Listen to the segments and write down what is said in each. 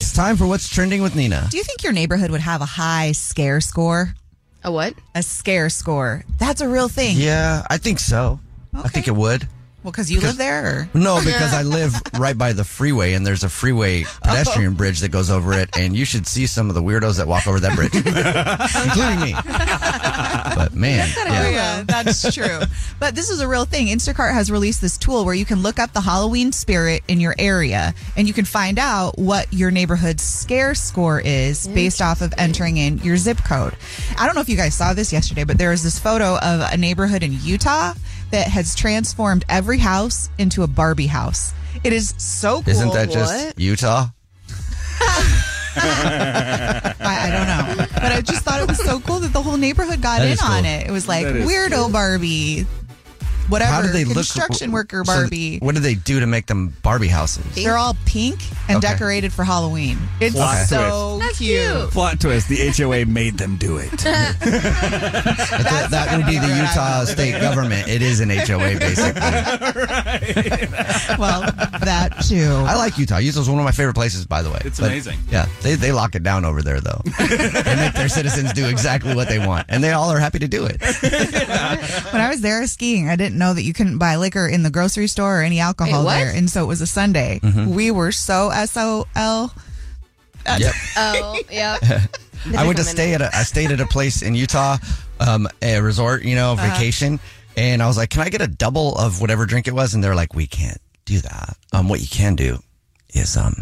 It's time for what's trending with Nina. Do you think your neighborhood would have a high scare score? A what? A scare score. That's a real thing. Yeah, I think so. I Okay. think it would. Well, because you live there. Or? No, because I live right by the freeway, and there's a freeway pedestrian bridge that goes over it, and you should see some of the weirdos that walk over that bridge, including me. But man, Oh, yeah. yeah, that's true. but this is a real thing. Instacart has released this tool where you can look up the Halloween spirit in your area and you can find out what your neighborhood's scare score is based off of entering in your zip code. I don't know if you guys saw this yesterday, but there was this photo of a neighborhood in Utah that has transformed every house into a Barbie house. It is so cool. isn't that just What? Utah? I, I don't know. But I just thought it was so cool that the whole neighborhood got That in is cool. on it. It was like weirdo Barbie, whatever. How do they look? construction worker so th- Barbie. what do they do to make them Barbie houses? They're all pink and Okay. decorated for Halloween. It's Plot so That's cute. cute. Plot twist: the HOA made them do it. That, that would be the Utah state government. It is an HOA, basically. I Well, that too. like Utah. Utah's one of my favorite places, by the way. It's But, amazing. Yeah, they, they lock it down over there, though. they make their citizens do exactly what they want, and they all are happy to do it. When I was there skiing, I didn't know that you couldn't buy liquor in the grocery store or any alcohol Wait, what? there. And so it was a Sunday. Mm-hmm. We were so SOL. Yep. Oh, yep. I went to stay at a I stayed at a place in Utah, um, a resort, you know, Uh-huh. vacation, and I was like, "Can I get a double of whatever drink it was?" And they're like, "We can't do that. Um, what you can do is um,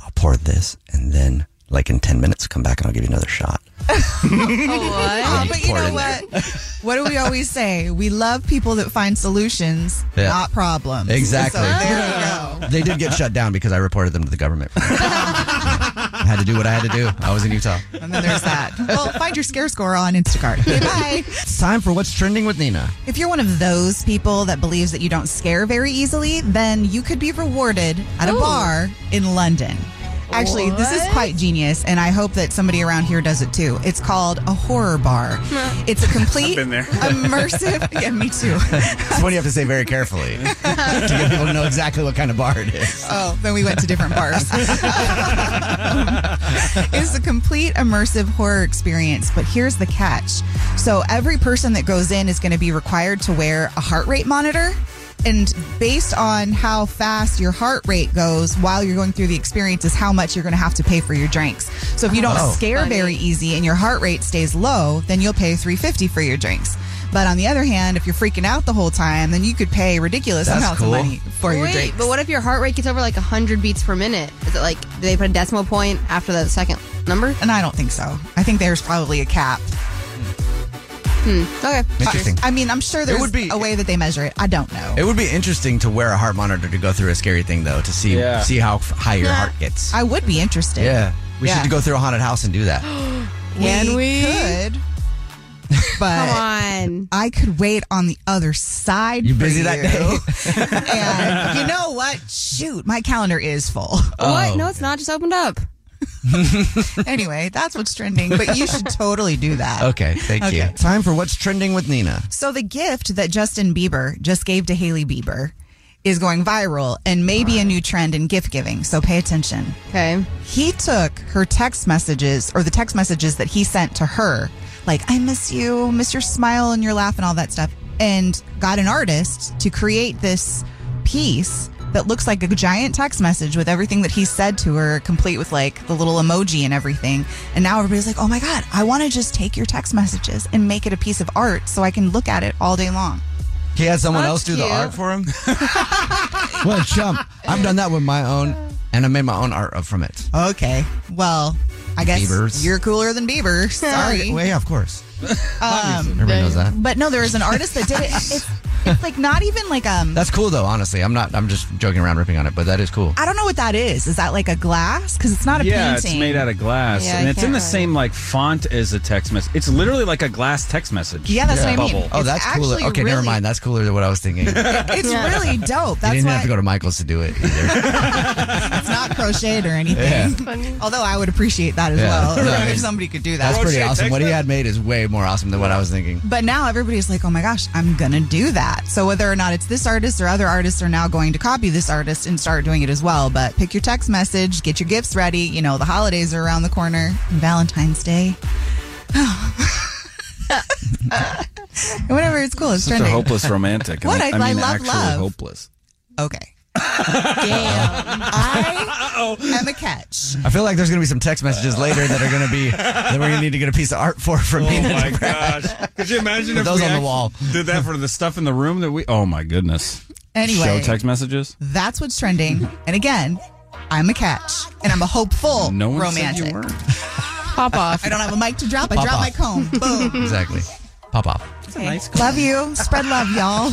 I'll pour this, and then like in ten minutes, come back and I'll give you another shot." Oh, but you pour it know in there. what? what do we always say? We love people that find solutions, Yeah. not problems. Exactly. So Oh, there you go. They did get shut down because I reported them to the government. I had to do what I had to do. I was in Utah. And then there's that. Well, find your scare score on Instacart. Okay, bye. It's time for what's trending with Nina. If you're one of those people that believes that you don't scare very easily, then you could be rewarded at a bar in London. Actually, this is quite genius, and I hope that somebody around here does it too. It's called a horror bar. It's a complete been there. immersive. Yeah, me too. It's one you have to say very carefully to get people to know exactly what kind of bar it is. Oh, then we went to different bars. it's a complete immersive horror experience, but here's the catch. So every person that goes in is going to be required to wear a heart rate monitor. And based on how fast your heart rate goes while you're going through the experience is how much you're going to have to pay for your drinks. So if you don't Oh. scare very easy and your heart rate stays low, then you'll pay 350 for your drinks. But on the other hand, if you're freaking out the whole time, then you could pay ridiculous That's amounts cool. of money for your Wait, drinks. but what if your heart rate gets over like 100 beats per minute? Is it like, do they put a decimal point after the second number? And I don't think so. I think there's probably a cap. Okay. Interesting. I mean, I'm sure there's would be- a way that they measure it. I don't know. It would be interesting to wear a heart monitor to go through a scary thing, though, to see Yeah. see how f- high your heart gets. I would be interested. yeah, we Yeah. should go through a haunted house and do that. We, Can we? could. but Come on. I could wait on the other side. You for busy that you. day? and you know what? Shoot, my calendar is full. Oh, What? No, it's not. Just opened up. anyway, that's what's trending. But you should totally do that. Okay, thank Okay. you. Time for what's trending with Nina. So the gift that Justin Bieber just gave to Haley Bieber is going viral and maybe a new trend in gift giving. So pay attention. Okay. He took her text messages or the text messages that he sent to her, like "I miss you, miss your smile and your laugh and all that stuff," and got an artist to create this piece that looks like a giant text message with everything that he said to her, complete with like the little emoji and everything. And now everybody's like, "Oh my god, I want to just take your text messages and make it a piece of art so I can look at it all day long." He had someone That's else do the cute. art for him. what a chump! I've done that with my own, and I made my own art from it. Okay, well, I guess Biebers. you're cooler than Bieber. Sorry. Well, yeah, of course. Obviously. Everybody Um, knows that. But no, there was an artist that did it. It's, it's like not even like um. That's cool though. Honestly, I'm not. I'm just joking around, ripping on it, but that is cool. I don't know what that is. Is that like a glass? Because it's not a yeah, painting. it's made out of glass, Yeah, and I it's can't in the really- same like font as a text message. It's literally like a glass text message. Yeah, that's what I mean. Bubble. Oh, It's that's cooler. actually Okay, never really- mind. That's cooler than what I was thinking. you didn't It's really dope. That's have why to go to Michael's to do it either. it's not crocheted or anything. Although I would appreciate that as Yeah. well No, I mean- if somebody could do That's that. pretty Crochet awesome. What he text had made is way more awesome than what I was thinking. But now everybody's like, oh my gosh, I'm going to do that. So whether or not it's this artist or other artists are now going to copy this artist and start doing it as well. But pick your text message, get your gifts ready. You know, the holidays are around the corner, Valentine's Day. Whatever, it's cool. It's Such a trending. hopeless romantic. What? And I- I mean, love actually love. hopeless. Okay. Damn. I am a catch. I feel like there's gonna be some text messages later that are gonna be that we're gonna need to get a piece of art for from me. Oh my gosh! Could you imagine Put if those we on the actually wall. did that for the stuff in the room that we? Oh my goodness! show Anyway, text messages. that's what's trending. And again, I'm a catch. And I'm a hopeful No one romantic. said you were. Pop off. I don't have a mic to drop. I Pop off. drop my comb. Boom. Exactly. Pop off. Love you. Spread love, y'all.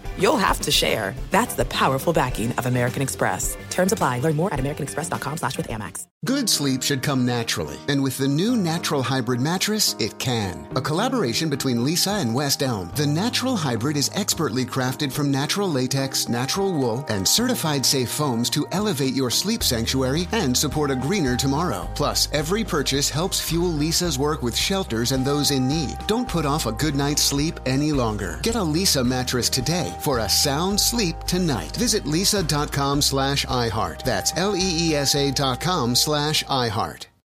you'll have to share. That's the powerful backing of American Express. Terms apply. Learn more at americanexpress.com slash with Amex. Good sleep should come naturally, and with the new Natural Hybrid mattress, it can. A collaboration between Lisa and West Elm, the Natural Hybrid is expertly crafted from natural latex, natural wool, and certified safe foams to elevate your sleep sanctuary and support a greener tomorrow. Plus, every purchase helps fuel Lisa's work with shelters and those in need. Don't put off a good night's sleep any longer. Get a Lisa mattress today for a sound sleep tonight. Visit lisa.com slash iHeart. That's L E E S A dot com slash iHeart.